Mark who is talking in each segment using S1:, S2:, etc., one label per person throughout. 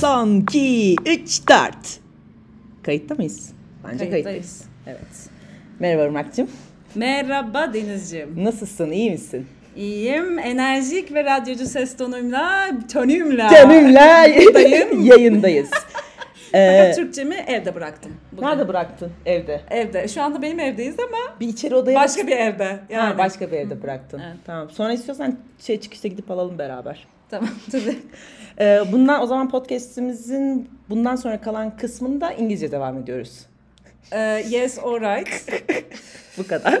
S1: Son 2, 3, 4. Kayıtta mıyız? Bence
S2: Kayıttayız.
S1: kayıttayız. Evet. Merhaba Irmak'cığım.
S2: Merhaba Denizciğim.
S1: Nasılsın? İyi misin?
S2: İyiyim. Enerjik ve radyocu ses tonumla, tonumla.
S1: Canımla
S2: buradayım.
S1: yayındayız. Ee,
S2: Fakat Türkçemi evde bıraktım. bugün.
S1: nerede bıraktın? Evde.
S2: Evde. Şu anda benim evdeyiz ama
S1: Bir içeri odaya
S2: başka bir evde.
S1: Ha,
S2: Yani.
S1: başka bir evde bıraktın.
S2: Evet.
S1: Tamam. Sonra istiyorsan şey çıkışta gidip alalım beraber.
S2: Tamam tabii.
S1: Ee, bundan o zaman podcast'imizin bundan sonra kalan kısmında İngilizce devam ediyoruz.
S2: Ee, yes, alright.
S1: Bu kadar.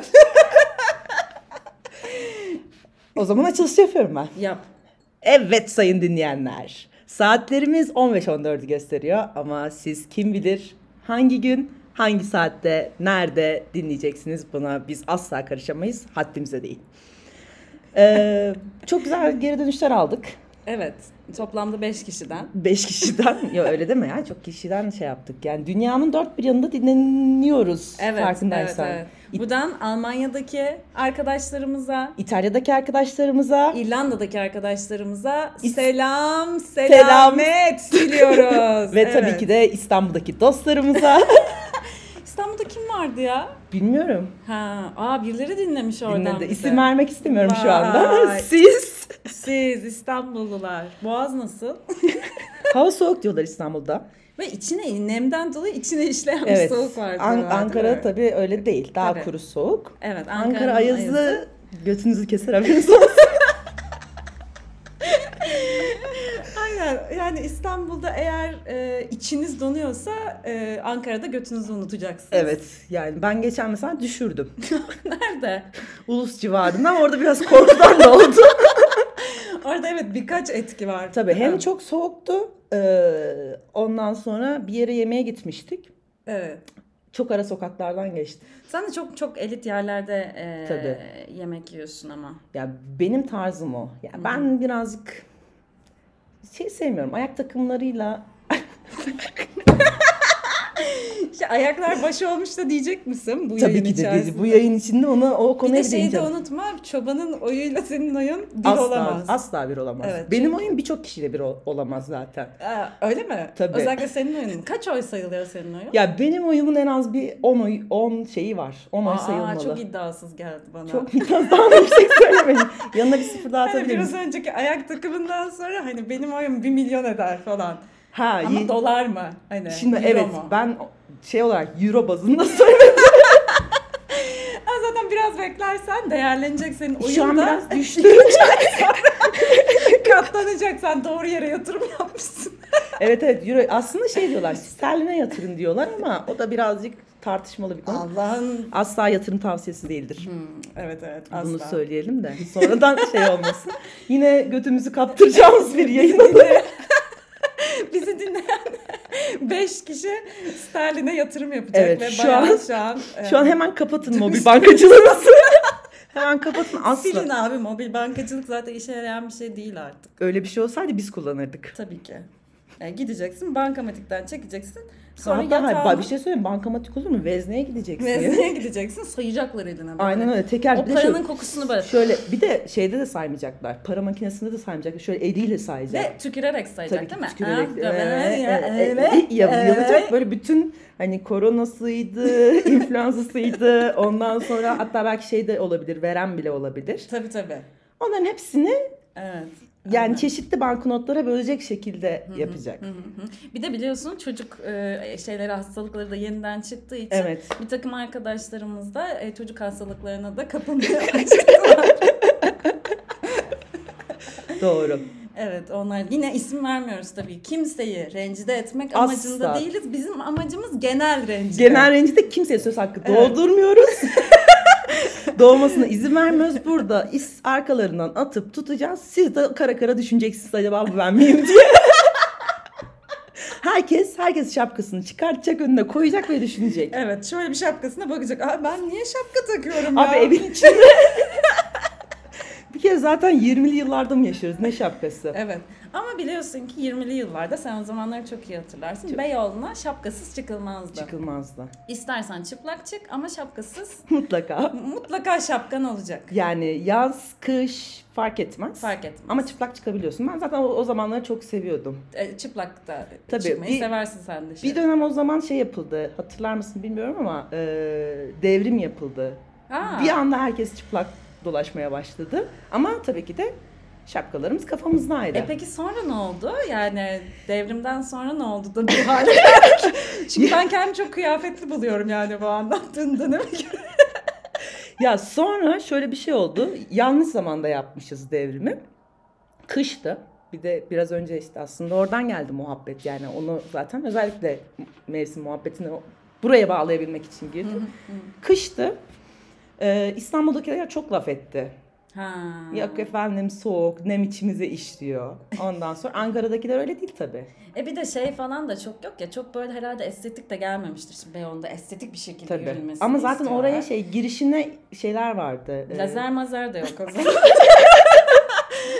S1: o zaman açılış yapıyorum ben.
S2: Yap.
S1: Evet sayın dinleyenler. Saatlerimiz 15-14'ü gösteriyor ama siz kim bilir hangi gün, hangi saatte, nerede dinleyeceksiniz buna biz asla karışamayız. Haddimize değil. Ee, çok güzel geri dönüşler aldık.
S2: Evet. Toplamda 5 kişiden.
S1: 5 kişiden. ya öyle deme ya çok kişiden şey yaptık. Yani dünyanın dört bir yanında dinleniyoruz
S2: Evet.
S1: farkındaysan.
S2: Evet,
S1: İ-
S2: evet. Buradan Almanya'daki arkadaşlarımıza,
S1: İtalya'daki arkadaşlarımıza
S2: İrlanda'daki arkadaşlarımıza
S1: İs-
S2: selam, selamet diliyoruz.
S1: ve
S2: Evet.
S1: tabii ki de İstanbul'daki dostlarımıza.
S2: İstanbul'da kim vardı ya?
S1: Bilmiyorum.
S2: Ha, aa birileri dinlemiş oradan
S1: Dinledi.
S2: bizi.
S1: İsim vermek istemiyorum şu anda.
S2: Vay.
S1: Siz.
S2: Siz İstanbullular. Boğaz nasıl?
S1: Hava soğuk diyorlar İstanbul'da.
S2: Ve içine nemden dolayı içine işleyen bir
S1: Evet.
S2: soğuk vardı.
S1: An-
S2: herhalde, değil
S1: Ankara
S2: mi?
S1: tabii öyle değil. Daha
S2: Tabii.
S1: kuru soğuk.
S2: Evet
S1: Ankara,
S2: Ankara'nın
S1: ayazlı
S2: ayazı.
S1: götünüzü keser haberiniz olsun.
S2: Aynen yani İstanbul'da eğer e, içiniz donuyorsa e, Ankara'da götünüzü unutacaksınız.
S1: evet. Yani ben geçen mesela düşürdüm.
S2: Nerede?
S1: Ulus civarında orada biraz korkudan da oldu.
S2: Orada evet birkaç etki var.
S1: Tabii hem
S2: Evet.
S1: çok soğuktu. ee, ondan sonra bir yere yemeğe gitmiştik.
S2: Evet.
S1: Çok ara sokaklardan geçtik.
S2: Sen de çok çok elit yerlerde e,
S1: Tabii.
S2: yemek yiyorsun ama.
S1: Ya benim tarzım o. Ya ben birazcık şey sevmiyorum. Ayak takımlarıyla
S2: İşte ayaklar başı olmuş da diyecek misin bu
S1: Tabii ki
S2: yayın
S1: de dedi.
S2: içerisinde?
S1: bu yayın içinde onu o
S2: Bir
S1: konuya
S2: de
S1: bile
S2: şeyi de
S1: ineceğim.
S2: unutma, çobanın oyuyla senin oyun bir
S1: asla,
S2: olamaz.
S1: Asla bir olamaz.
S2: Evet,
S1: Benim oyun birçok kişiyle bir ol- olamaz zaten.
S2: Aa, öyle mi?
S1: Tabii.
S2: Özellikle senin oyunun. Kaç oy sayılıyor senin oyun?
S1: Ya benim oyumun en az bir 10 oy, 10 şeyi var. 10 oy
S2: Aa,
S1: sayılmalı.
S2: çok iddiasız geldi bana.
S1: Çok biraz daha da yüksek söylemeyin. Yanına bir sıfır daha
S2: Hani
S1: atabilir
S2: biraz
S1: misin?
S2: önceki ayak takımından sonra hani benim oyun 1 milyon eder falan.
S1: Ha,
S2: Ama
S1: ye-
S2: dolar mı? Hani
S1: Şimdi
S2: euro
S1: evet
S2: mu?
S1: ben şey olarak euro bazında söylemedim.
S2: Aa, zaten biraz beklersen değerlenecek senin oyun
S1: Şu an
S2: da
S1: biraz düştü.
S2: katlanacak. Sen doğru yere yatırım yapmışsın.
S1: evet evet euro aslında şey diyorlar sterline yatırın diyorlar ama o da birazcık tartışmalı bir konu.
S2: Allah'ın...
S1: Asla yatırım tavsiyesi değildir.
S2: Hmm, evet evet
S1: Bunu
S2: asla.
S1: söyleyelim de sonradan şey olmasın. Yine götümüzü kaptıracağımız bir yayın olur.
S2: Bizi dinleyen 5 kişi sterline yatırım yapacak
S1: Evet,
S2: ve
S1: şu
S2: bayağı
S1: an-
S2: şu an, e,
S1: Şu an hemen kapatın mobil bankacılığınızı. hemen kapatın
S2: silin
S1: asla.
S2: abi mobil bankacılık zaten işe yarayan bir şey değil artık
S1: Öyle bir şey olsaydı biz kullanırdık.
S2: tabii ki. E, gideceksin bankamatikten çekeceksin sonra
S1: Sonra
S2: yatağına
S1: bir şey söyleyeyim bankomatik olur mu? Vezneye gideceksin.
S2: vezneye gideceksin sayacaklar eline. böyle.
S1: Aynen öyle teker.
S2: O
S1: bir de şöyle,
S2: paranın kokusunu böyle
S1: şöyle bir de şeyde de saymayacaklar. Para makinesinde de saymayacaklar. Şöyle eliyle sayacak.
S2: ve tükürerek sayacak
S1: Tabii ki
S2: değil mi?
S1: tükürerek.
S2: Ha,
S1: Ee,
S2: evet,
S1: e,
S2: evet,
S1: e, ya-
S2: evet.
S1: Yanacak böyle bütün hani koronasıydı, influenzasıydı ondan sonra hatta belki şey de olabilir, veren bile olabilir.
S2: Tabii tabii.
S1: Onların hepsini
S2: Evet.
S1: yani
S2: Aynen.
S1: çeşitli banknotlara bölecek şekilde yapacak.
S2: Hı hı hı. Bir de biliyorsun çocuk e, şeyleri hastalıkları da yeniden çıktığı için
S1: Evet.
S2: bir takım arkadaşlarımız da e, çocuk hastalıklarına da kapılmaya başladılar.
S1: Doğru.
S2: evet onlar yine isim vermiyoruz tabii. Kimseyi rencide etmek
S1: Asla.
S2: amacında değiliz. Bizim amacımız genel rencide.
S1: Genel rencide kimseye söz hakkı
S2: Evet.
S1: doldurmuyoruz. Doğmasına izin vermiyoruz. Burada is arkalarından atıp tutacağız. Siz de kara kara düşüneceksiniz acaba bu ben miyim diye. herkes herkes şapkasını çıkartacak önüne koyacak ve düşünecek.
S2: Evet şöyle bir şapkasına bakacak. Aa ben niye şapka takıyorum ya?
S1: Abi evin içinde bir kez zaten 20'li yıllarda mı yaşıyoruz? Ne şapkası?
S2: Evet. Ama biliyorsun ki 20'li yıllarda sen o zamanları çok iyi hatırlarsın. Beyoğlu'na şapkasız çıkılmazdı.
S1: Çıkılmaz da.
S2: İstersen çıplak çık ama şapkasız
S1: Mutlaka.
S2: mutlaka şapkan olacak.
S1: Yani yaz, kış fark etmez.
S2: Fark etmez.
S1: Ama çıplak çıkabiliyorsun. Ben zaten o, o zamanları çok seviyordum.
S2: E, çıplak da
S1: Tabii,
S2: çıkmayı
S1: bir-
S2: seversin sen de.
S1: Bir dönem o zaman şey yapıldı. Hatırlar mısın bilmiyorum ama e, devrim yapıldı.
S2: Aa,
S1: Bir anda herkes çıplak dolaşmaya başladı. Ama tabii ki de şapkalarımız kafamızdaydı.
S2: E peki sonra ne oldu? Yani devrimden sonra ne oldu da bu hale Çünkü ben kendimi çok kıyafetli buluyorum yani bu anlattığın dönemi.
S1: Ya sonra şöyle bir şey oldu. Yanlış zamanda yapmışız devrimi. Kıştı. Bir de biraz önce işte aslında oradan geldi muhabbet yani onu zaten özellikle mevsim muhabbetini o- buraya bağlayabilmek için girdim. Kıştı. Ee, İstanbul'dakiler çok laf etti.
S2: ha.
S1: Yok efendim soğuk, nem içimize işliyor. Ondan sonra Ankara'dakiler öyle değil tabii.
S2: E bir de şey falan da çok yok ya çok böyle herhalde estetik de gelmemiştir. Şimdi Beyoğlu'nda estetik bir şekilde
S1: Tabii.
S2: yürünmesini
S1: Ama zaten
S2: istiyorlar.
S1: oraya şey girişine şeyler vardı. Ee,
S2: Lazer mazar da yok o zaman.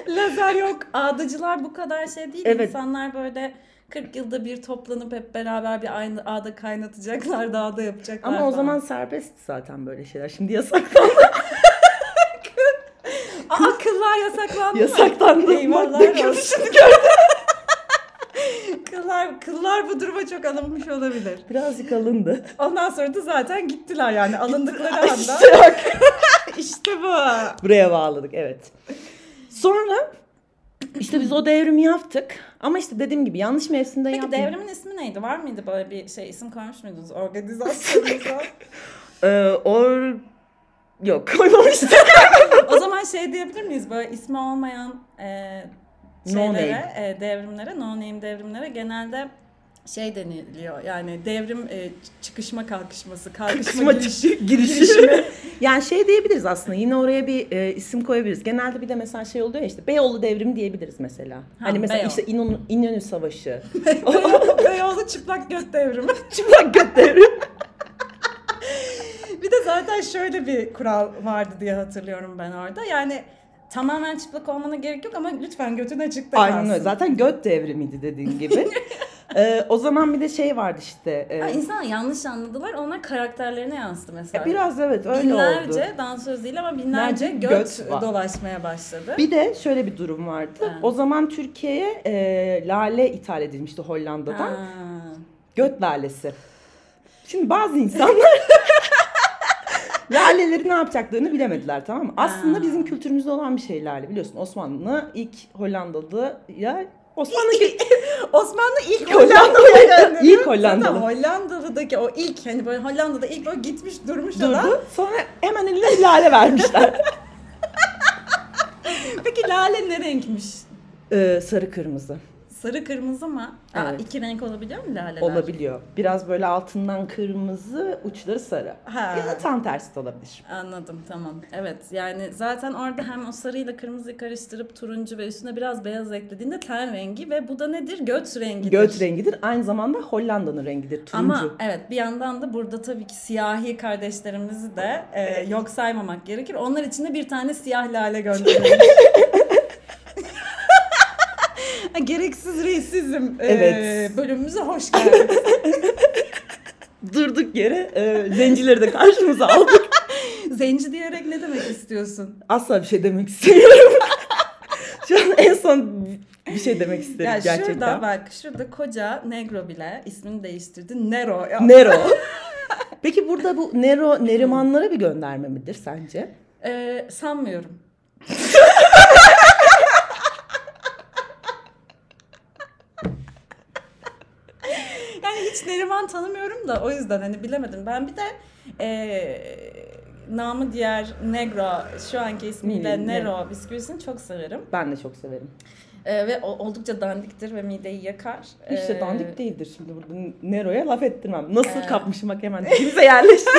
S2: Lazer yok. Ağdacılar bu kadar şey değil.
S1: Evet.
S2: İnsanlar böyle 40 yılda bir toplanıp hep beraber bir aynı ağda kaynatacaklar, dağda yapacaklar
S1: Ama o
S2: falan.
S1: zaman serbestti zaten böyle şeyler. Şimdi yasak
S2: Aa, kıllar yasaklandı
S1: Yasaklandı.
S2: mı? Eyvallah
S1: Madde
S2: olsun. kıllar, kıllar bu duruma çok alınmış olabilir.
S1: birazcık alındı.
S2: Ondan sonra da zaten gittiler yani alındıkları anda.
S1: İşte bak.
S2: işte bu.
S1: Buraya bağladık evet. Sonra işte biz o devrimi yaptık. Ama işte dediğim gibi yanlış mevsimde
S2: Peki
S1: yaptık.
S2: devrimin ismi neydi? Var mıydı böyle bir şey isim koymuş muydunuz organizasyonunuza?
S1: Ee, or... Yok koymamıştık.
S2: o zaman şey diyebilir miyiz böyle ismi olmayan e,
S1: No
S2: şeylere,
S1: name.
S2: e, devrimlere, no name devrimlere genelde şey deniliyor yani devrim e, çıkışma kalkışması, kalkışma
S1: Kısma
S2: girişimi.
S1: çıkışı, girişimi. yani şey diyebiliriz aslında yine oraya bir e, isim koyabiliriz. Genelde bir de mesela şey oluyor ya işte Beyoğlu devrimi diyebiliriz mesela. hani mesela
S2: Beyoğlu.
S1: işte İnönü, İnönü Savaşı.
S2: Beyoğlu- Beyoğlu çıplak göt devrimi.
S1: Çıplak göt devrimi.
S2: Bir de zaten şöyle bir kural vardı diye hatırlıyorum ben orada. Yani tamamen çıplak olmana gerek yok ama lütfen götün açıkta kalsın.
S1: Aynen öyle. Zaten göt devrimiydi dediğin gibi. Ee, o zaman bir de şey vardı işte. e,
S2: Ha, insanlar yanlış anladılar. Onlar karakterlerine yansıdı mesela.
S1: biraz evet öyle oldu.
S2: binlerce dansöz değil ama binlerce
S1: Nerede?
S2: göt,
S1: Göt var.
S2: dolaşmaya başladı.
S1: Bir de şöyle bir durum vardı.
S2: Ha.
S1: O zaman Türkiye'ye e, lale ithal edilmişti Hollanda'dan.
S2: Ha.
S1: Göt lalesi. Şimdi bazı insanlar laleleri ne yapacaklarını bilemediler tamam mı? Aslında
S2: Ha.
S1: bizim kültürümüzde olan bir şey lale biliyorsun. Osmanlı ilk Hollandalı'ya Osmanlı ilk,
S2: Osmanlı ilk
S1: Hollandalı'ya
S2: Hollandalı.
S1: ilk
S2: Zaten
S1: Hollandalı.
S2: Hollandalı'daki o ilk hani böyle Hollanda'da ilk böyle gitmiş durmuş adam.
S1: Durdu. Sonra hemen eline bir lale vermişler.
S2: Peki lale ne renkmiş?
S1: Ee, sarı kırmızı
S2: Sarı kırmızı mı? Aa,
S1: Evet.
S2: iki renk olabiliyor mu laleler?
S1: olabiliyor. Biraz böyle altından kırmızı, uçları sarı.
S2: Ha.
S1: Ya da tam tersi de olabilir.
S2: Anladım tamam. Evet yani zaten orada hem o sarıyla kırmızıyı karıştırıp turuncu ve üstüne biraz beyaz eklediğinde ten rengi ve bu da nedir? Göt rengidir.
S1: Göt rengidir. Aynı zamanda Hollanda'nın rengidir. Turuncu.
S2: Ama evet bir yandan da burada tabii ki siyahi kardeşlerimizi de e, yok saymamak gerekir. Onlar için de bir tane siyah lale gönderilmiş. Ha, Gereksiz reisizm e,
S1: Evet.
S2: bölümümüze hoş geldiniz.
S1: Durduk yere e, zencileri de karşımıza aldık.
S2: Zenci diyerek ne demek istiyorsun?
S1: Asla bir şey demek istemiyorum. Şu an en son bir şey demek isterim
S2: Ya
S1: gerçekten.
S2: şurada bak şurada koca Negro bile ismini değiştirdi. Nero. Ya.
S1: Nero. Peki burada bu Nero Nerimanlara bir gönderme midir sence?
S2: Ee, sanmıyorum. yani hiç Neriman tanımıyorum da o yüzden hani bilemedim. Ben bir de ee, namı diğer Negro şu anki ismiyle
S1: Hmm,
S2: Nero bisküvisini çok severim.
S1: Ben de çok severim.
S2: Ee, ve o- oldukça dandiktir ve mideyi yakar.
S1: İşte
S2: Ee,
S1: dandik değildir şimdi burada Nero'ya laf ettirmem. Nasıl
S2: Ee.
S1: kapmışım bak hemen dibimize yerleşti.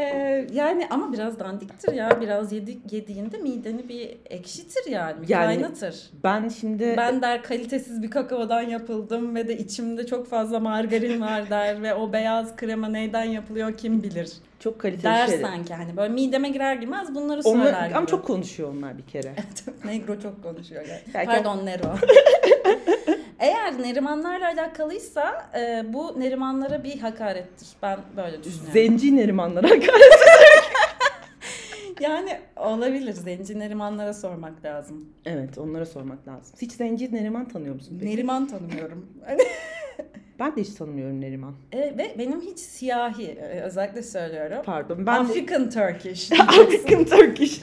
S2: Ee, yani ama biraz dandiktir ya. Biraz yedi, yediğinde mideni bir ekşitir yani. Bir
S1: Yani-
S2: kaynatır.
S1: Ben şimdi
S2: Ben der kalitesiz bir kakaodan yapıldım ve de içimde çok fazla margarin var der ve o beyaz krema neyden yapılıyor kim bilir.
S1: çok
S2: Der
S1: kaliteli şey.
S2: sanki hani böyle mideme girer girmez bunları
S1: Onlar,
S2: söyler
S1: ama
S2: gibi.
S1: çok konuşuyor onlar bir kere.
S2: Negro çok konuşuyor gerçekten.
S1: Belki-
S2: Pardon Nero. Eğer Nerimanlarla alakalıysa e, bu Nerimanlara bir hakarettir. Ben böyle düşünüyorum.
S1: Zenci Nerimanlara karşı.
S2: yani olabilir. Zenci Nerimanlara sormak lazım.
S1: Evet onlara sormak lazım. Hiç Zenci Neriman tanıyor musun peki?
S2: Neriman tanımıyorum. Hani,
S1: Ben de hiç tanımıyorum Neriman.
S2: e, ve benim hiç siyahi e, özellikle söylüyorum.
S1: Pardon ben
S2: African Turkish.
S1: African Turkish.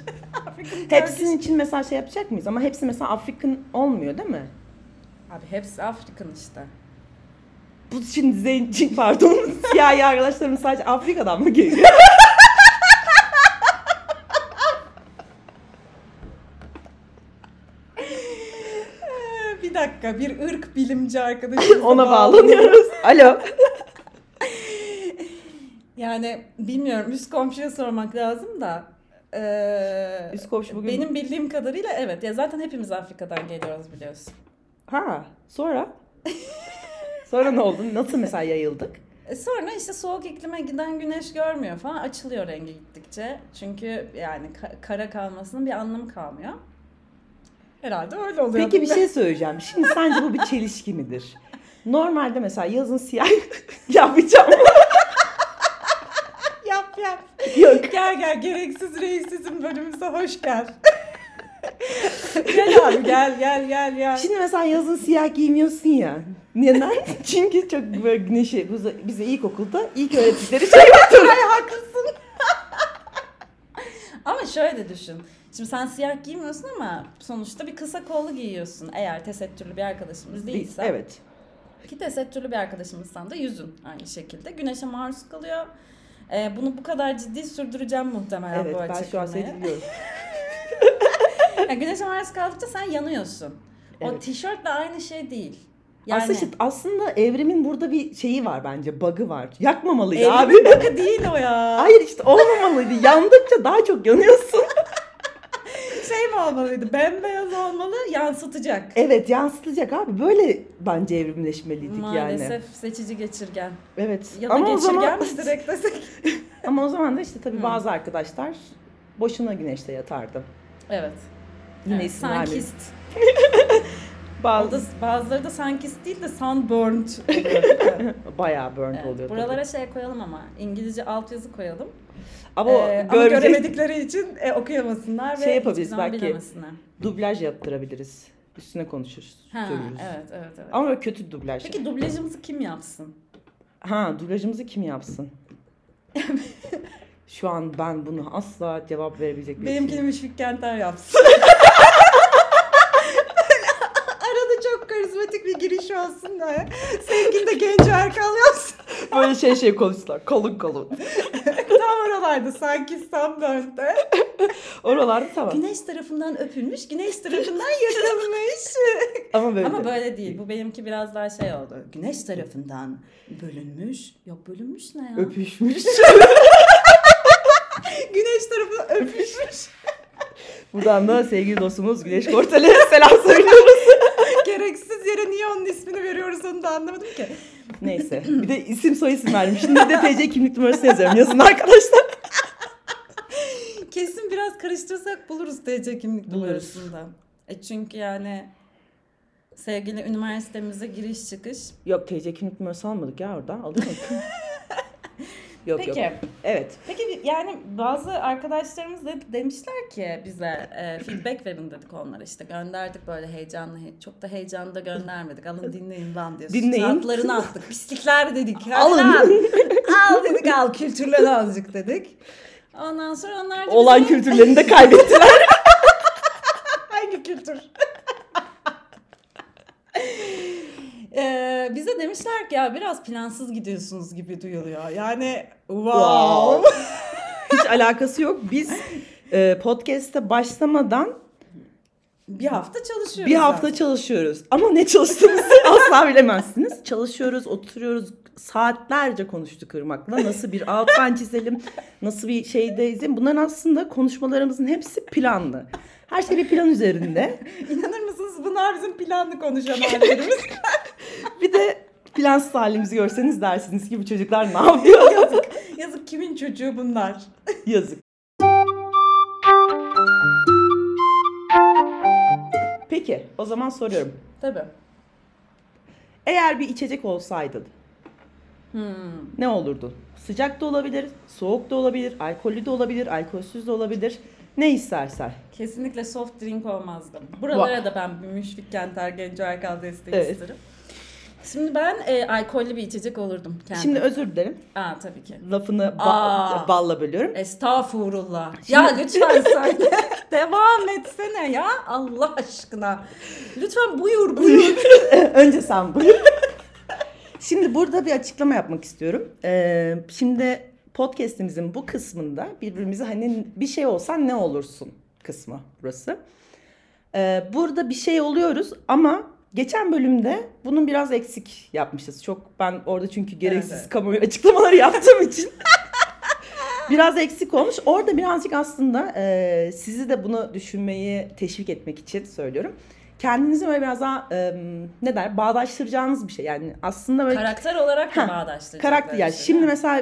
S2: African
S1: Hepsinin için mesela şey yapacak mıyız? Ama hepsi mesela African olmuyor değil mi?
S2: Abi hepsi African işte.
S1: Bu şimdi zenci pardon siyahi arkadaşlarım sadece Afrika'dan mı geliyor?
S2: Ee, bir dakika bir ırk bilimci arkadaşımız
S1: Ona bağlanıyoruz. Alo.
S2: Yani bilmiyorum üst komşuya sormak lazım da. ee,
S1: Üst komşu bugün-
S2: Benim bildiğim kadarıyla evet. Ya zaten hepimiz Afrika'dan geliyoruz biliyorsun.
S1: Ha sonra? Sonra ne oldu? Nasıl mesela yayıldık?
S2: E sonra işte soğuk iklime giden güneş görmüyor falan açılıyor rengi gittikçe. Çünkü yani ka- kara kalmasının bir anlamı kalmıyor. Herhalde öyle oluyor.
S1: Peki bir şey söyleyeceğim. Şimdi sence bu bir çelişki midir? Normalde mesela yazın siyah yapacağım.
S2: yap yap.
S1: Yok.
S2: Gel gel gereksiz reisizm bölümümüze hoş gel. gel abi gel gel gel gel.
S1: Şimdi mesela yazın siyah giymiyorsun ya. Neden? Çünkü çok böyle güneşi bize- bize ilkokulda ilk öğrettikleri şey yoktur.
S2: haklısın. ama şöyle de düşün. Şimdi sen siyah giymiyorsun ama sonuçta bir kısa kollu giyiyorsun. Eğer tesettürlü bir arkadaşımız değilse.
S1: Evet.
S2: Ki tesettürlü bir arkadaşımızsan da yüzün aynı şekilde. Güneşe maruz kalıyor. Ee, bunu bu kadar ciddi sürdüreceğim muhtemelen
S1: Evet
S2: bu
S1: ben şu an seni
S2: açıklamayı.
S1: dinliyorum.
S2: Yani güneşe maruz kaldıkça sen yanıyorsun. O
S1: Evet.
S2: tişörtle aynı şey değil. Yani
S1: Aslında, işte- aslında evrimin burada bir şeyi var bence. Bug'ı var. Yakmamalıydı
S2: evlilik
S1: abi.
S2: bakı değil o ya.
S1: Hayır işte olmamalıydı. Yandıkça daha çok yanıyorsun.
S2: Şey mi olmalıydı? Bembeyaz olmalı, yansıtacak.
S1: Evet yansıtılacak abi. Böyle bence evrimleşmeliydik
S2: Maalesef
S1: yani.
S2: seçici geçirgen.
S1: Evet.
S2: Ya da
S1: ama o
S2: geçirgen
S1: zaman
S2: mi direkt desek?
S1: ama o zaman da işte tabii
S2: Hmm.
S1: bazı arkadaşlar boşuna güneşte yatardı.
S2: Evet.
S1: Yine
S2: evet.
S1: isim vermeyeyim.
S2: Sunkist. O da,
S1: Bazı
S2: bazıları da sunkist değil de sunburned. oluyor. Evet.
S1: bayağı burnt oluyor.
S2: evet.
S1: tabii.
S2: Buralara şey koyalım ama İngilizce altyazı koyalım.
S1: Ama
S2: Ee,
S1: o
S2: ama
S1: görecek-
S2: göremedikleri için e, okuyamasınlar ve
S1: Şey
S2: hiçbir
S1: yapabiliriz
S2: zaman
S1: belki.
S2: bilemesinler.
S1: dublaj yaptırabiliriz. Üstüne konuşuruz.
S2: Ha,
S1: söyleriz.
S2: evet evet evet.
S1: Ama böyle kötü dublaj.
S2: Peki dublajımızı kim yapsın?
S1: Ha dublajımızı kim yapsın? Şu an ben bunu asla cevap verebilecek bir
S2: Benimkini Müşfik Kenter yapsın. Arada çok karizmatik bir giriş olsun da. Sevgili de genç Erkal yapsın.
S1: Böyle şey şey konuştular. Kalın kalın.
S2: Tam oralarda sanki Sunburn'da.
S1: Oralarda tamam.
S2: Güneş tarafından öpülmüş, güneş tarafından yakılmış.
S1: Ama böyle.
S2: Ama böyle değil. Bu benimki biraz daha şey oldu. Güneş tarafından bölünmüş. Yok bölünmüş ne ya?
S1: Öpüşmüş.
S2: güneş tarafından öpüşmüş.
S1: Buradan da sevgili dostumuz Güneş Kortel'e selam söylüyoruz.
S2: Gereksiz yere niye onun ismini veriyoruz onu da anlamadım ki.
S1: Neyse. Bir de isim soy isim vermiş. Şimdi bir de TC kimlik numarası yazıyorum. Yazın arkadaşlar.
S2: Kesin biraz karıştırsak buluruz TC kimlik
S1: Buluruz.
S2: numarasında. E çünkü yani sevgili üniversitemize giriş çıkış.
S1: Yok TC kimlik numarası almadık ya orada. Alıyor musun? yok
S2: Peki.
S1: yok. Evet.
S2: Peki yani bazı arkadaşlarımız da demişler ki bize e, feedback verin dedik onlara işte gönderdik böyle heyecanlı he- çok da heyecanlı da göndermedik alın dinleyin lan diye
S1: Dinleyin.
S2: suratlarını attık pislikler dedik hadi
S1: Alın.
S2: lan. al dedik al kültürlen azıcık dedik. Ondan sonra onlar da
S1: Olan
S2: bize-
S1: kültürlerini de kaybettiler.
S2: Hangi kültür? Ee, bize demişler ki ya biraz plansız gidiyorsunuz gibi duyuluyor. Yani wow.
S1: Wow. Hiç alakası yok. Biz e, podcast'e başlamadan
S2: Bir hafta çalışıyoruz.
S1: Bir hafta
S2: zaten.
S1: çalışıyoruz ama ne çalıştığımızı asla bilemezsiniz. Çalışıyoruz, oturuyoruz, saatlerce konuştuk Irmak'la. Nasıl bir outline çizelim, nasıl bir şeydeyiz. Bunların aslında konuşmalarımızın hepsi planlı. Her şey bir plan üzerinde.
S2: İnanır mısınız bunlar bizim planlı konuşan hallerimiz.
S1: Bir de plansız halimizi görseniz dersiniz ki bu çocuklar ne yapıyor?
S2: Yazık kimin çocuğu bunlar?
S1: Yazık. Peki o zaman soruyorum.
S2: Tabii.
S1: Eğer bir içecek olsaydın
S2: Hmm.
S1: ne olurdu? Sıcak da olabilir, soğuk da olabilir, alkollü de olabilir, alkolsüz de olabilir. Ne istersen.
S2: Kesinlikle soft drink olmazdım. Buralara da ben bir Müşfik Kenter Genco Erkal desteği
S1: Evet.
S2: isterim. Şimdi ben e, alkollü bir içecek olurdum kendim.
S1: Şimdi özür dilerim.
S2: Aa tabii ki.
S1: Lafını ba-
S2: Aa.
S1: balla bölüyorum.
S2: Estağfurullah. Ya lütfen söyle. Devam etsene ya Allah aşkına. Lütfen buyur buyur.
S1: Önce sen buyur. Şimdi burada bir açıklama yapmak istiyorum. Ee, şimdi podcast'imizin bu kısmında birbirimize hani bir şey olsan ne olursun kısmı burası. Ee, burada bir şey oluyoruz ama geçen bölümde bunun biraz eksik yapmışız. Çok ben orada çünkü gereksiz
S2: Evet.
S1: kamuoyu açıklamaları yaptığım için biraz eksik olmuş. Orada birazcık aslında e, sizi de bunu düşünmeyi teşvik etmek için söylüyorum. Kendinizi böyle biraz daha e, ne der bağdaştıracağınız bir şey. Yani aslında böyle
S2: Karakter olarak da
S1: Ha,
S2: bağdaştıracaklar.
S1: karakter yani
S2: işte.
S1: şimdi mesela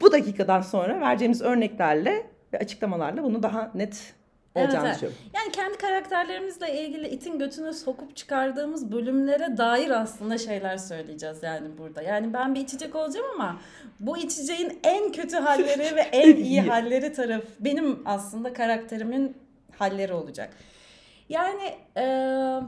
S1: bu dakikadan sonra vereceğimiz örneklerle ve açıklamalarla bunu daha net
S2: Evet,
S1: olacağını
S2: evet.
S1: düşünüyorum.
S2: Yani kendi karakterlerimizle ilgili itin götünü sokup çıkardığımız bölümlere dair aslında şeyler söyleyeceğiz yani burada. Yani ben bir içecek olacağım ama bu içeceğin en kötü halleri ve en iyi
S1: iyi.
S2: halleri taraf benim aslında karakterimin halleri olacak. Yani eee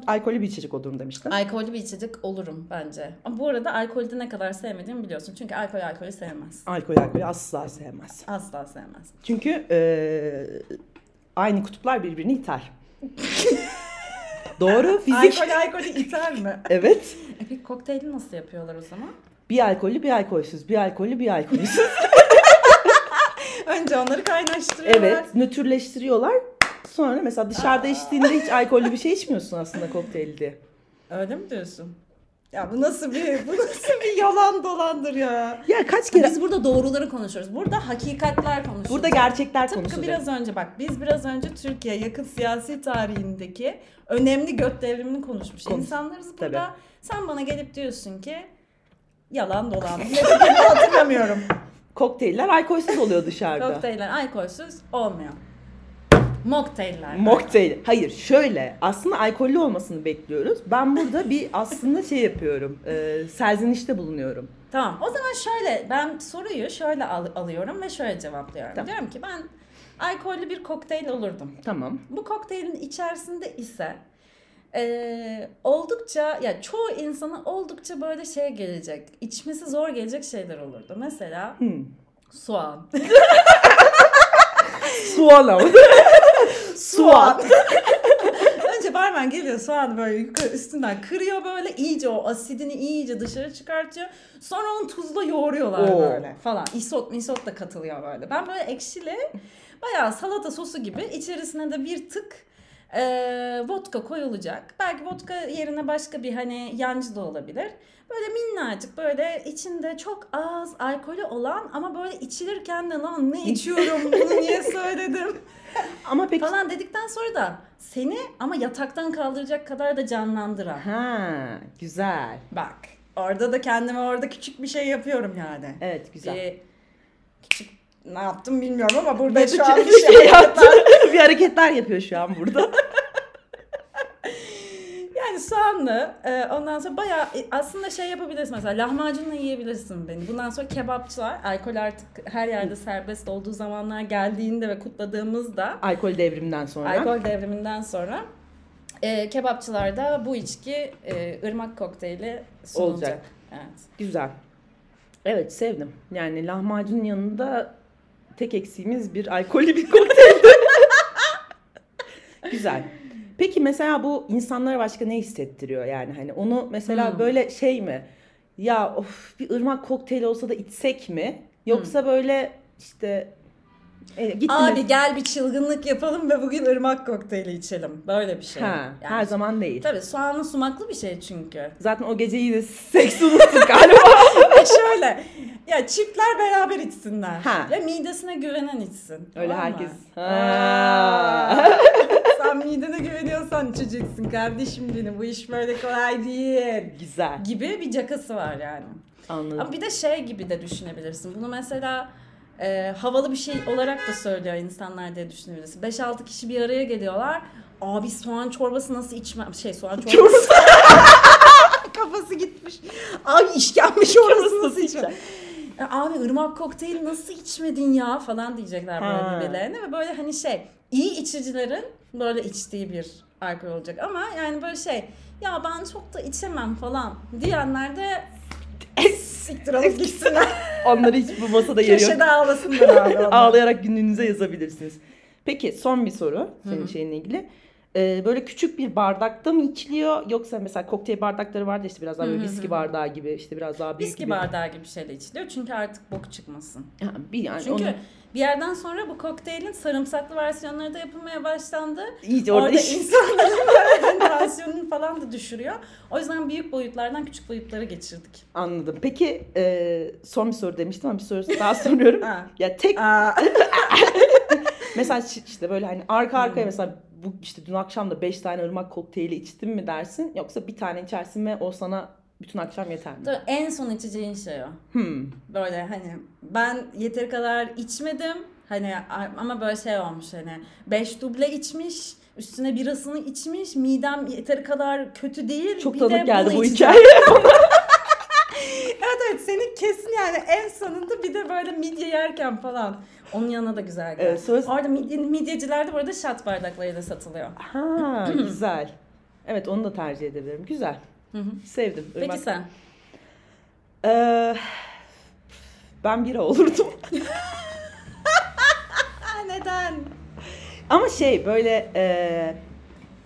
S1: Alkolü bir içecek olurum demiştim.
S2: Alkollü bir içecek olurum bence. Ama bu arada alkolü de ne kadar sevmediğimi biliyorsun. Çünkü alkol alkolü sevmez.
S1: Alkol alkolü asla sevmez.
S2: Asla sevmez.
S1: Çünkü e, aynı kutuplar birbirini iter. Doğru fizik.
S2: Alkol alkolü iter mi?
S1: Evet.
S2: E peki kokteyli nasıl yapıyorlar o zaman?
S1: Bir alkollü bir alkolsüz, bir alkollü bir alkolsüz.
S2: Önce onları kaynaştırıyorlar.
S1: evet, nötrleştiriyorlar. Sonra mesela dışarıda içtiğinde hiç alkollü bir şey içmiyorsun aslında kokteyli diye.
S2: Öyle mi diyorsun? Ya bu nasıl bir bu nasıl bir yalan dolandır ya.
S1: Ya kaç kere
S2: Biz burada doğruları konuşuyoruz. Burada hakikatler konuşuyoruz.
S1: burada gerçekler
S2: Tıpkı
S1: konuşulacak.
S2: biraz önce bak biz biraz önce Türkiye yakın siyasi tarihindeki önemli göt devrimini konuşmuş
S1: Konuş-
S2: insanlarız
S1: Tabii.
S2: burada. Sen bana gelip diyorsun ki yalan dolan. Ne dediğimi hatırlamıyorum.
S1: Kokteyller alkolsüz oluyor dışarıda.
S2: Kokteyller alkolsüz olmuyor. Mokteyller.
S1: Mocktail. Hayır şöyle aslında alkollü olmasını bekliyoruz. Ben burada bir aslında şey yapıyorum. E, serzenişte bulunuyorum.
S2: Tamam. O zaman şöyle ben soruyu şöyle al- alıyorum ve şöyle cevaplıyorum.
S1: Tamam.
S2: Diyorum ki ben alkollü bir kokteyl olurdum.
S1: Tamam.
S2: Bu kokteylin içerisinde ise eee, oldukça ya çoğu insana oldukça böyle şey gelecek. içmesi zor gelecek şeyler olurdu. Mesela
S1: Hmm.
S2: soğan.
S1: Soğan ama. Soğan.
S2: Önce barmen geliyor soğanı böyle yukarı üstünden kırıyor böyle iyice o asidini iyice dışarı çıkartıyor. Sonra onu tuzla yoğuruyorlar
S1: Oo.
S2: böyle falan. Isot misot da katılıyor böyle. Ben böyle ekşili bayağı salata sosu gibi içerisine de bir tık e, vodka koyulacak. Belki vodka yerine başka bir hani yancı da olabilir. Böyle minnacık böyle içinde çok az alkolü olan ama böyle içilirken de lan ne içiyorum bunu niye söyledim
S1: Ama peki.
S2: falan dedikten sonra da seni ama yataktan kaldıracak kadar da canlandıran.
S1: Ha güzel.
S2: Bak orada da kendime orada küçük bir şey yapıyorum yani.
S1: Evet güzel.
S2: Bir küçük ne yaptım bilmiyorum ama burada
S1: Bir
S2: şu an bir
S1: şey
S2: şey
S1: yaptı. bir hareketler yapıyor şu an burada.
S2: Yani soğanlı e, ondan sonra bayağı e, aslında şey yapabilirsin mesela lahmacunla yiyebilirsin beni. Bundan sonra kebapçılar alkol artık her yerde serbest olduğu zamanlar geldiğinde ve kutladığımızda
S1: Alkol devrimden sonra.
S2: Alkol devriminden sonra e, kebapçılarda bu içki e, ırmak kokteyli sunulacak.
S1: Olacak.
S2: Evet.
S1: Güzel. Evet sevdim. Yani lahmacunun yanında tek eksiğimiz bir alkollü bir kokteyldi. Güzel. Peki mesela bu insanlara başka ne hissettiriyor yani hani onu mesela
S2: Hmm.
S1: böyle şey mi? Ya of bir ırmak kokteyli olsa da içsek mi? Yoksa böyle işte E, gittiniz.
S2: Abi gel Hmm. bir çılgınlık yapalım ve bugün ırmak kokteyli içelim. Böyle bir şey.
S1: Ha,
S2: Yani-
S1: her zaman değil.
S2: Tabii soğanlı sumaklı bir şey çünkü.
S1: Zaten o gece yine seks unuttuk galiba.
S2: E şöyle ya çiftler beraber içsinler
S1: Ha.
S2: ve midesine güvenen içsin.
S1: Öyle
S2: Tamam mı?
S1: herkes.
S2: Aa.
S1: Ha.
S2: Sen midene güveniyorsan içeceksin kardeşim benim bu iş böyle kolay değil
S1: Güzel.
S2: gibi bir cakası var yani.
S1: Anladım.
S2: Ama bir de şey gibi de düşünebilirsin. Bunu mesela e, havalı bir şey olarak da söylüyor insanlar diye düşünebilirsin. 5-6 kişi bir araya geliyorlar. Abi soğan çorbası nasıl içmem? Şey soğan çorbası. Kafası gitmiş. Abi işkembe çorbası nasıl içmem? Ya Abi ırmak kokteyli nasıl içmedin ya falan diyecekler
S1: Ha.
S2: böyle birbirlerine. Ve böyle hani şey iyi içicilerin böyle içtiği bir alkol olacak. Ama yani böyle şey ya ben çok da içemem falan diyenler de Siktir alıp gitsinler.
S1: Onları hiç bu masada yeri yok.
S2: Köşede ağlasınlar abi. onlar.
S1: Ağlayarak günlüğünüze yazabilirsiniz. Peki son bir soru senin şeyinle ilgili. Ee, böyle küçük bir bardakta mı içiliyor yoksa mesela kokteyl bardakları vardı işte biraz daha böyle viski bardağı gibi işte biraz daha büyük
S2: Viski
S1: gibi.
S2: bardağı gibi bir şeyle içiliyor çünkü artık bok çıkmasın.
S1: Ha, bir yani
S2: Çünkü
S1: onu
S2: bir yerden sonra bu kokteylin sarımsaklı versiyonları da yapılmaya başlandı.
S1: iyice orada,
S2: Orada
S1: iş-
S2: insanların böyle tansiyonunu falan da düşürüyor. O yüzden büyük boyutlardan küçük boyutlara geçirdik.
S1: anladım. Peki e, son bir soru demiştim ama bir sorusu daha soruyorum.
S2: Ha.
S1: ya tek
S2: Aa,
S1: Mesela şi- işte böyle hani arka arkaya mesela bu işte dün akşam da 5 tane ırmak kokteyli içtin mi dersin yoksa bir tane içersin ve o sana bütün akşam yeter mi?
S2: dur, en son içeceğin şey o.
S1: Hmm.
S2: böyle hani ben yeteri kadar içmedim hani a- ama böyle şey olmuş hani 5 duble içmiş üstüne birasını içmiş midem yeteri kadar kötü değil
S1: Çok
S2: bir
S1: tanıdık
S2: de
S1: geldi
S2: bunu
S1: bu
S2: içeceğim.
S1: hikaye.
S2: Evet evet senin kesin yani en sonunda bir de böyle midye yerken falan onun yanına da güzel geldi.
S1: Evet, söz-
S2: Orada midye, midyecilerde bu arada şat bardakları da satılıyor.
S1: ha güzel. Evet onu da tercih edebilirim. Güzel. Sevdim.
S2: Peki
S1: Irmak-
S2: sen?
S1: Ee, ben bira olurdum.
S2: Aa, neden?
S1: Ama şey böyle e,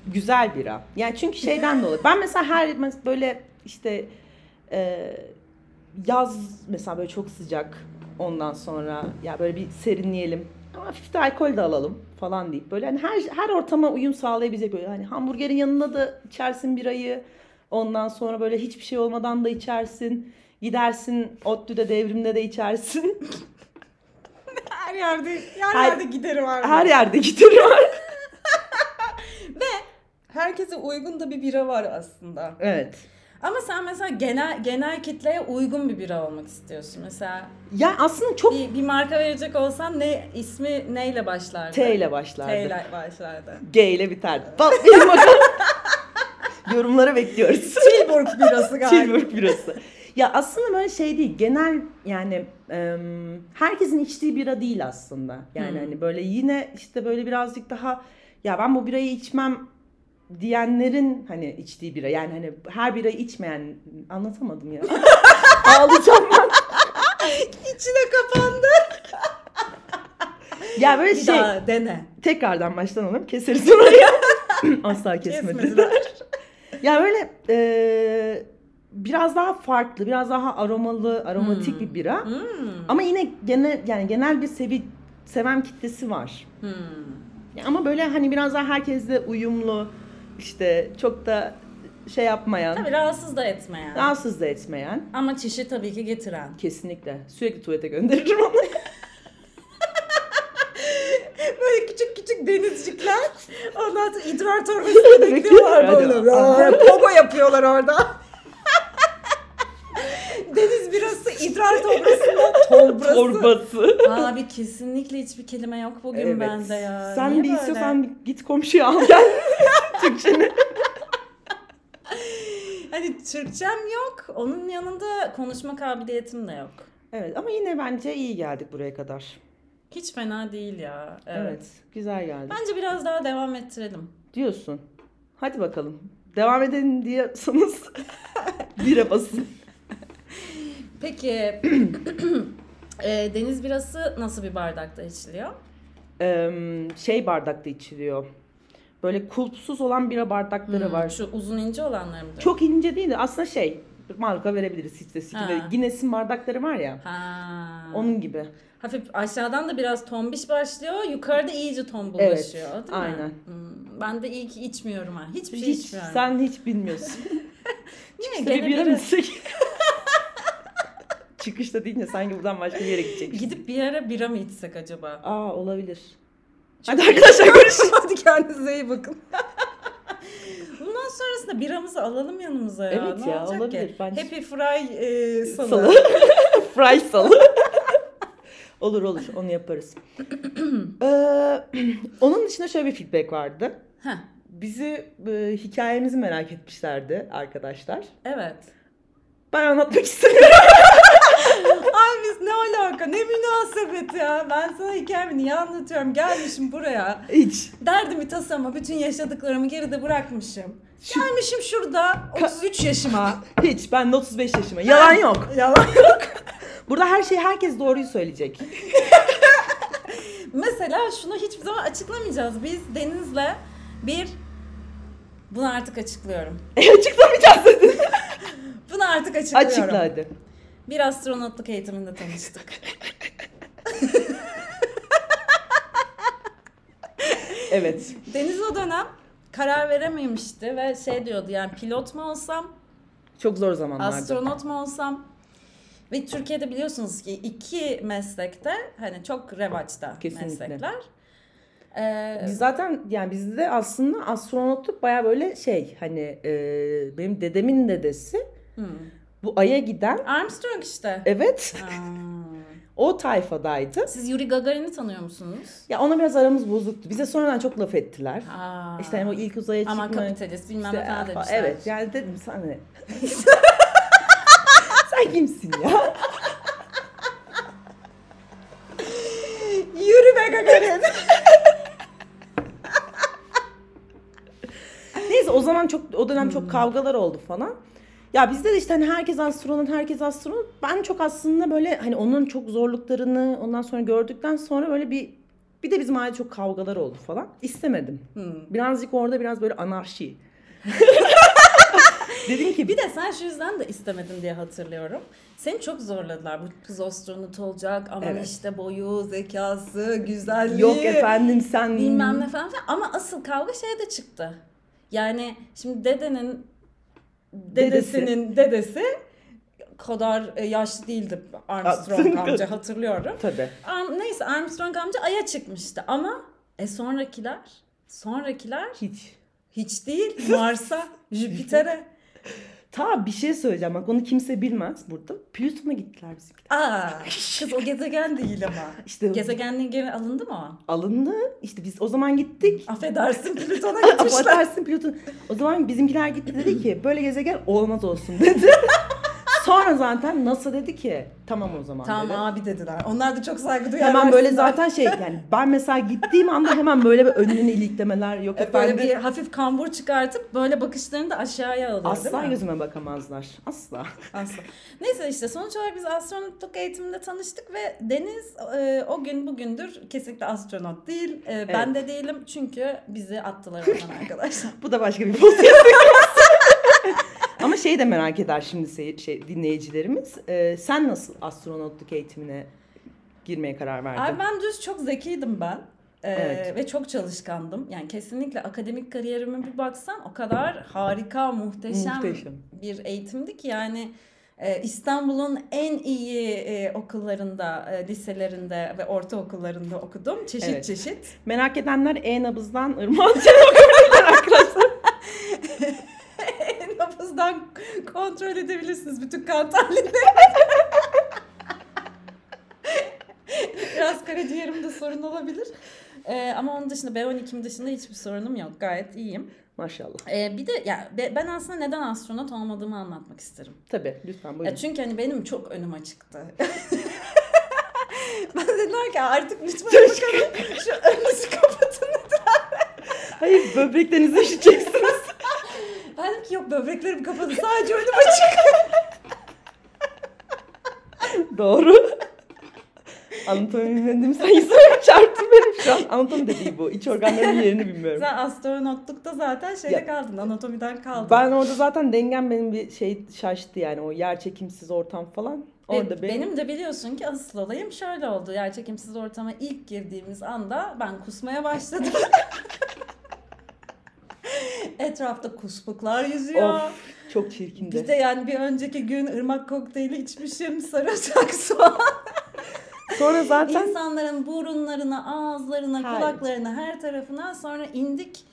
S1: güzel bira. Yani çünkü şeyden dolayı. Ben mesela her mes- böyle işte e, yaz mesela böyle çok sıcak ondan sonra ya böyle bir serinleyelim. Ama hafif de alkol de alalım falan deyip böyle hani her her ortama uyum sağlayabilecek böyle hani hamburgerin yanına da içersin birayı. Ondan sonra böyle hiçbir şey olmadan da içersin. Gidersin ODTÜ'de devrimde de içersin.
S2: Her yerde, her,
S1: Her-
S2: yerde gideri var.
S1: Her yerde gidiyor.
S2: Herkese uygun da bir bira var aslında.
S1: evet.
S2: Ama sen mesela genel genel kitleye uygun bir bira olmak istiyorsun. Mesela
S1: Ya aslında çok
S2: bir, bir marka verecek olsan ne ismi neyle başlardı?
S1: T ile başlardı.
S2: T ile başlardı.
S1: G ile biterdi. Bak benim bakalım. Yorumlara bekliyoruz.
S2: Tilburg birası galiba.
S1: Tilburg birası. Ya aslında böyle şey değil. Genel yani em, herkesin içtiği bira değil aslında. Yani
S2: Hmm.
S1: hani böyle yine işte böyle birazcık daha ya ben bu birayı içmem diyenlerin hani içtiği bira. Yani hani her birayı içmeyen anlatamadım ya. Ağlayacağım ben.
S2: İçine kapandı.
S1: Ya böyle
S2: Bir
S1: şey
S2: daha dene.
S1: tekrardan baştan alalım. Keseriz orayı. Asla kesmedi.
S2: Kesmediler.
S1: Ya böyle e, biraz daha farklı, biraz daha aromalı, aromatik
S2: Hmm.
S1: bir bira.
S2: Hmm.
S1: Ama yine genel yani genel bir sevi seven kitlesi var.
S2: Hmm.
S1: Ya Ama böyle hani biraz daha herkesle uyumlu, işte çok da şey yapmayan,
S2: Tabii rahatsız da etmeyen.
S1: rahatsız da etmeyen.
S2: Ama çişi tabii ki getiren.
S1: Kesinlikle. Sürekli tuvalete gönderirim onu.
S2: Böyle küçük küçük denizcikler. Ondan sonra idrar torbasını
S1: bekliyorlar böyle.
S2: Pogo yapıyorlar orada. Deniz birası idrar torbasından torbası.
S1: Torbası.
S2: Abi kesinlikle hiçbir kelime yok bugün
S1: Evet.
S2: bende ya.
S1: Sen
S2: Niye
S1: bir
S2: böyle?
S1: istiyorsan git komşuya al gel. Türkçeni.
S2: Hani Türkçem yok. Onun yanında konuşma kabiliyetim de yok.
S1: Evet ama yine bence iyi geldik buraya kadar.
S2: Hiç fena değil ya. Evet.
S1: Evet. Güzel geldi.
S2: Bence biraz daha devam ettirelim.
S1: diyorsun. Hadi bakalım. Devam edelim diyorsanız bire basın.
S2: Peki e, deniz birası nasıl bir bardakta içiliyor?
S1: Ee, şey bardakta içiliyor. Böyle kulpsuz olan bira bardakları var.
S2: Hmm, Şu uzun ince olanları mı? diyor?
S1: Çok ince değil de aslında şey marka verebiliriz hiç de sikine.
S2: Ha.
S1: Guinness'in bardakları var ya.
S2: Ha.
S1: Onun gibi.
S2: hafif aşağıdan da biraz tombiş başlıyor. Yukarıda iyice tombullaşıyor.
S1: Evet,
S2: değil mi?
S1: aynen.
S2: Hmm, ben de iyi ki içmiyorum ha. Hiçbir şey
S1: Hiç,
S2: içmiyorum.
S1: sen hiç bilmiyorsun.
S2: Niye?
S1: Şöyle
S2: Gene
S1: bir yere mi
S2: biri-
S1: gitsek? Çıkışta deyince sanki buradan başka bir yere gidecek.
S2: Gidip bir ara bira mı içsek acaba?
S1: Aa olabilir. Hadi arkadaşlar görüşürüz.
S2: Hadi kendinize iyi bakın. Bundan sonrasında biramızı alalım yanımıza ya.
S1: Evet
S2: ne
S1: ya,
S2: olacak
S1: olabilir
S2: ki?
S1: bence.
S2: Happy Fry e, salı.
S1: Salı. Fry salı. olur olur onu yaparız. Ee, onun dışında şöyle bir feedback vardı.
S2: Heh,
S1: Bizi e, hikayemizi merak etmişlerdi arkadaşlar.
S2: evet.
S1: Ben anlatmak istemiyorum.
S2: Ay biz ne alaka ne münasebet ya. Ben sana hikayemi niye anlatıyorum gelmişim buraya.
S1: Hiç.
S2: Derdimi tasama bütün yaşadıklarımı geride bırakmışım. Gelmişim şurada 33 yaşıma.
S1: Hiç. Ben de 35 yaşıma. Yalan yok.
S2: Yalan.
S1: Burada her şey herkes doğruyu söyleyecek.
S2: Mesela şunu hiçbir zaman açıklamayacağız. Biz Deniz'le bir... Bunu artık açıklıyorum.
S1: Açıklamayacağız dedi.
S2: Bunu artık açıklıyorum.
S1: Açıkla hadi.
S2: Bir astronotluk eğitiminde tanıştık.
S1: Evet.
S2: Deniz o dönem karar verememişti ve şey diyordu yani pilot mu olsam,
S1: Çok zor zamanlardı.
S2: astronot mu olsam? Ve Türkiye'de biliyorsunuz ki iki meslekte hani çok revaçta
S1: Kesinlikle.
S2: meslekler. Ee,
S1: Biz zaten yani bizde aslında astronotluk baya böyle şey hani e, benim dedemin dedesi
S2: hmm.
S1: bu aya giden
S2: Armstrong işte.
S1: evet
S2: Aa.
S1: o tayfadaydı.
S2: Siz Yuri Gagarin'i tanıyor musunuz?
S1: Ya ona biraz aramız bozuktu. Bize sonradan çok laf ettiler.
S2: Aa.
S1: İşte hani o ilk uzaya çıkma.
S2: Aman kapitalist bilmem
S1: işte,
S2: ne falan
S1: afa-
S2: demişler. Hmm.
S1: Evet yani dedim sen hani. sen kimsin ya?
S2: Yuri ve Gagarin.
S1: Neyse o zaman çok o dönem
S2: Hmm.
S1: çok kavgalar oldu falan. Ya bizde de işte hani herkes astronot, herkes astronot. Ben çok aslında böyle hani onun çok zorluklarını ondan sonra gördükten sonra böyle bir bir de bizim ailede çok kavgalar oldu falan. İstemedim.
S2: Hmm.
S1: Birazcık orada biraz böyle anarşi. Dedim ki
S2: Bir de sen şu yüzden de istemedin diye hatırlıyorum. Seni çok zorladılar. Bu kız astronot olacak aman
S1: Evet.
S2: işte boyu, zekası, güzelliği.
S1: yok efendim sen
S2: Bilmem ne falan filan. Ama asıl kavga şeyde çıktı. Yani şimdi dedenin dedesinin dedesi kadar e, yaşlı değildi Armstrong
S1: Armstrong.
S2: amca hatırlıyorum.
S1: Tabii.
S2: Arm, neyse Armstrong amca aya çıkmıştı ama e sonrakiler sonrakiler
S1: Hiç.
S2: hiç değil Mars'a, Jüpiter'e.
S1: Ta bir şey söyleyeceğim bak onu kimse bilmez burada. Plüton'a gittiler bizimkiler.
S2: Aa, kız o gezegen değil ama.
S1: İşte
S2: Gezegenliğin geri alındı mı
S1: alındı. İşte biz o zaman gittik.
S2: o? Affedersin Plüton'a gitmişler.
S1: Affedersin pilotun. O zaman bizimkiler gitti dedi ki böyle gezegen olmaz olsun dedi. Sonra zaten NASA dedi ki tamam o zaman
S2: tamam
S1: dedi.
S2: abi dediler. Onlar da çok saygı duyarlar.
S1: Hemen böyle zaten şey yani ben mesela gittiğim anda hemen böyle bir önünü iliklemeler yok
S2: E, böyle
S1: efendim.
S2: bir hafif kambur çıkartıp böyle bakışlarını da aşağıya alıyor değil
S1: Asla
S2: mi?
S1: gözüme bakamazlar. Asla.
S2: Asla. Neyse işte sonuç olarak biz astronotluk eğitiminde tanıştık ve Deniz e, o gün bugündür kesinlikle astronot değil. E, Ben de değilim çünkü bizi attılar oradan arkadaşlar.
S1: Bu da başka bir podcast. Ama şeyi de merak eder şimdi sey- şey, dinleyicilerimiz. Ee, sen nasıl astronotluk eğitimine girmeye karar verdin?
S2: Abi ben düz çok zekiydim ben. Ee,
S1: Evet.
S2: Ve çok çalışkandım. Yani kesinlikle akademik kariyerime bir baksan o kadar harika, muhteşem,
S1: Muhteşem.
S2: bir eğitimdi ki yani e, İstanbul'un en iyi e, okullarında, e, liselerinde ve ortaokullarında okudum. Çeşit
S1: Evet.
S2: çeşit.
S1: Merak edenler E-Nabız'dan Irmak Can okuyabilir arkadaşlar.
S2: En nabızdan kontrol edebilirsiniz bütün kan tahlilleri. Biraz karaciğerimde sorun olabilir. E, ama onun dışında B12'm dışında hiçbir sorunum yok. Gayet iyiyim.
S1: Maşallah.
S2: E, bir de ya be- ben aslında neden astronot olmadığımı anlatmak isterim.
S1: Tabii lütfen buyurun.
S2: Ya çünkü hani benim çok önüm açıktı. ben dediler ki artık lütfen bakalım şu önünüzü kapatın.
S1: Hayır böbreklerinizi üşüteceksiniz.
S2: Ben dedim ki yok böbreklerim kapalı sadece önüm açık.
S1: Doğru. Anatomi bilmediğim sayısına çarptım benim şu an. Anatomi dediği bu. İç organların yerini bilmiyorum.
S2: Sen astronotlukta zaten şeyde
S1: Ya.
S2: kaldın anatomiden kaldın.
S1: Ben orada zaten dengem benim bir şey şaştı yani o yer çekimsiz ortam falan. Orada
S2: Be-
S1: bir-
S2: Benim de biliyorsun ki asıl olayım şöyle oldu. Yani çekimsiz ortama ilk girdiğimiz anda ben kusmaya başladım. Etrafta kusmuklar yüzüyor.
S1: Of çok çirkindi.
S2: Bir de yani bir önceki gün ırmak kokteyli içmişim sarımsak soğan.
S1: Sonra zaten
S2: İnsanların burunlarına, ağızlarına,
S1: Her-
S2: kulaklarına, her tarafına sonra indik.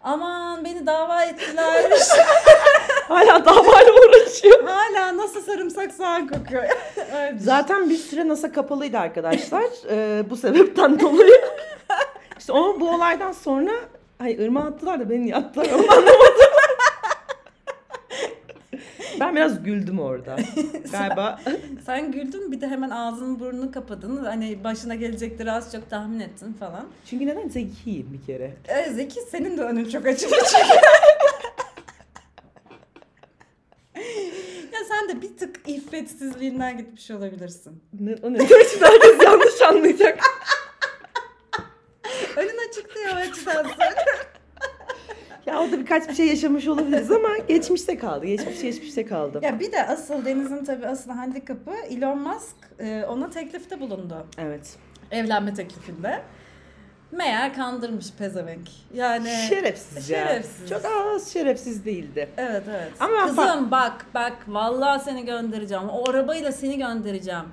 S2: Aman beni dava ettiler.
S1: hala davayla uğraşıyor.
S2: Hala nasıl sarımsak soğan kokuyor. Öyle düşün.
S1: Zaten bir süre NASA kapalıydı arkadaşlar. Ee, bu sebepten dolayı. işte ama bu olaydan sonra ay ırma attılar da beni yattılar onu anlamadım. ben biraz güldüm orada. Galiba
S2: Sen güldün bir de hemen ağzını burnunu kapadın. Hani başına gelecekleri az çok tahmin ettin falan.
S1: çünkü neden zekiyim bir kere.
S2: E, Zeki senin de önün çok açık. şey. ya sen de bir tık iffetsizliğinden gitmiş olabilirsin.
S1: Ne, o ne? Şimdi herkes yanlış anlayacak.
S2: Önün açıktı ya o açıdan
S1: Ya o da birkaç bir şey yaşamış olabiliriz ama geçmişte kaldı. Geçmiş geçmişte kaldı.
S2: Ya bir de asıl Deniz'in tabii asıl handikapı Elon Musk e, ona teklifte bulundu.
S1: Evet.
S2: Evlenme teklifinde. Meğer kandırmış pezevenk. Yani
S1: Şerefsiz ya.
S2: Şerefsiz.
S1: Çok az şerefsiz değildi.
S2: Evet evet.
S1: Ama
S2: Kızım bak bak vallahi seni göndereceğim. O arabayla seni göndereceğim.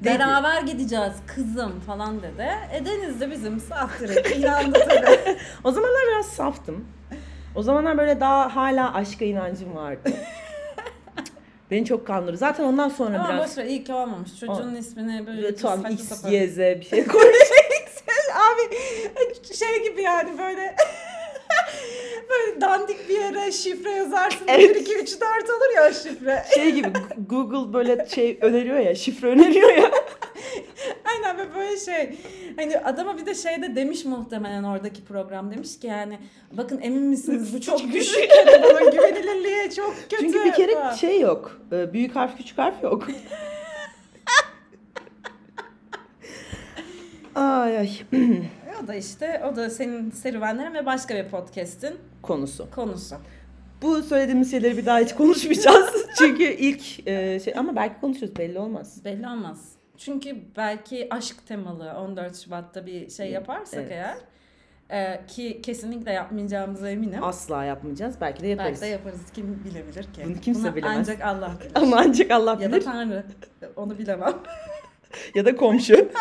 S1: Dedi.
S2: Beraber gideceğiz kızım falan dedi. E Deniz de bizim saftırı. İnandı tabii.
S1: O zamanlar biraz saftım. O zamanlar böyle daha hala aşka inancım vardı. Beni çok kandırdı. Zaten ondan sonra
S2: Ama
S1: biraz
S2: boş ver iyi ki olmamış. Çocuğun
S1: Ol-
S2: ismini böyle
S1: böyle
S2: bir
S1: tam
S2: saçma
S1: X,
S2: sapan-
S1: Y, Z bir şey koymuş.
S2: Abi şey gibi yani böyle böyle dandik bir yere şifre yazarsın.
S1: Evet.
S2: 1 2 3 4 olur ya o şifre.
S1: şey gibi Gu- Google böyle şey öneriyor ya, şifre öneriyor ya.
S2: Aynen ve böyle şey hani adama bir de şey de demiş muhtemelen oradaki program demiş ki yani bakın emin misiniz bu çok düşük yani bunun güvenilirliği çok kötü.
S1: Çünkü bir kere
S2: falan.
S1: şey yok. e, Büyük harf, küçük harf yok. ay ay.
S2: o da işte o da senin serüvenlerin ve başka bir podcast'in
S1: Konusu.
S2: konusu.
S1: Bu söylediğimiz şeyleri bir daha hiç konuşmayacağız. Çünkü ilk e, şey ama belki konuşuruz belli olmaz.
S2: Belli olmaz. Çünkü belki aşk temalı 14 Şubat'ta bir şey yaparsak
S1: Evet.
S2: eğer e, ki kesinlikle yapmayacağımıza eminim.
S1: Asla yapmayacağız. Belki de yaparız.
S2: Belki de yaparız. Kim bilebilir ki?
S1: Bunu kimse bilemez.
S2: Ancak Allah bilir.
S1: Ama ancak Allah
S2: ya
S1: bilir
S2: da Tanrı. Onu bilemem.
S1: komşu.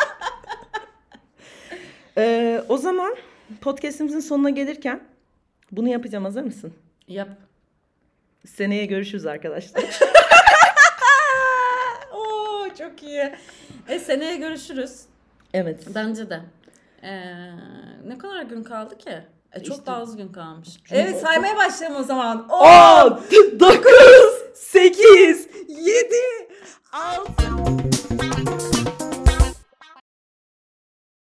S1: Ee, o zaman podcastimizin sonuna gelirken bunu yapacağım hazır mısın?
S2: Yap.
S1: Seneye görüşürüz arkadaşlar.
S2: Oo çok iyi. E seneye görüşürüz.
S1: evet.
S2: Bence de. Ee, ne kadar gün kaldı ki? E, çok
S1: İşte-
S2: daha az gün kalmış.
S1: Cuma-
S2: evet saymaya başlayalım o zaman. Oo!
S1: 10, 9,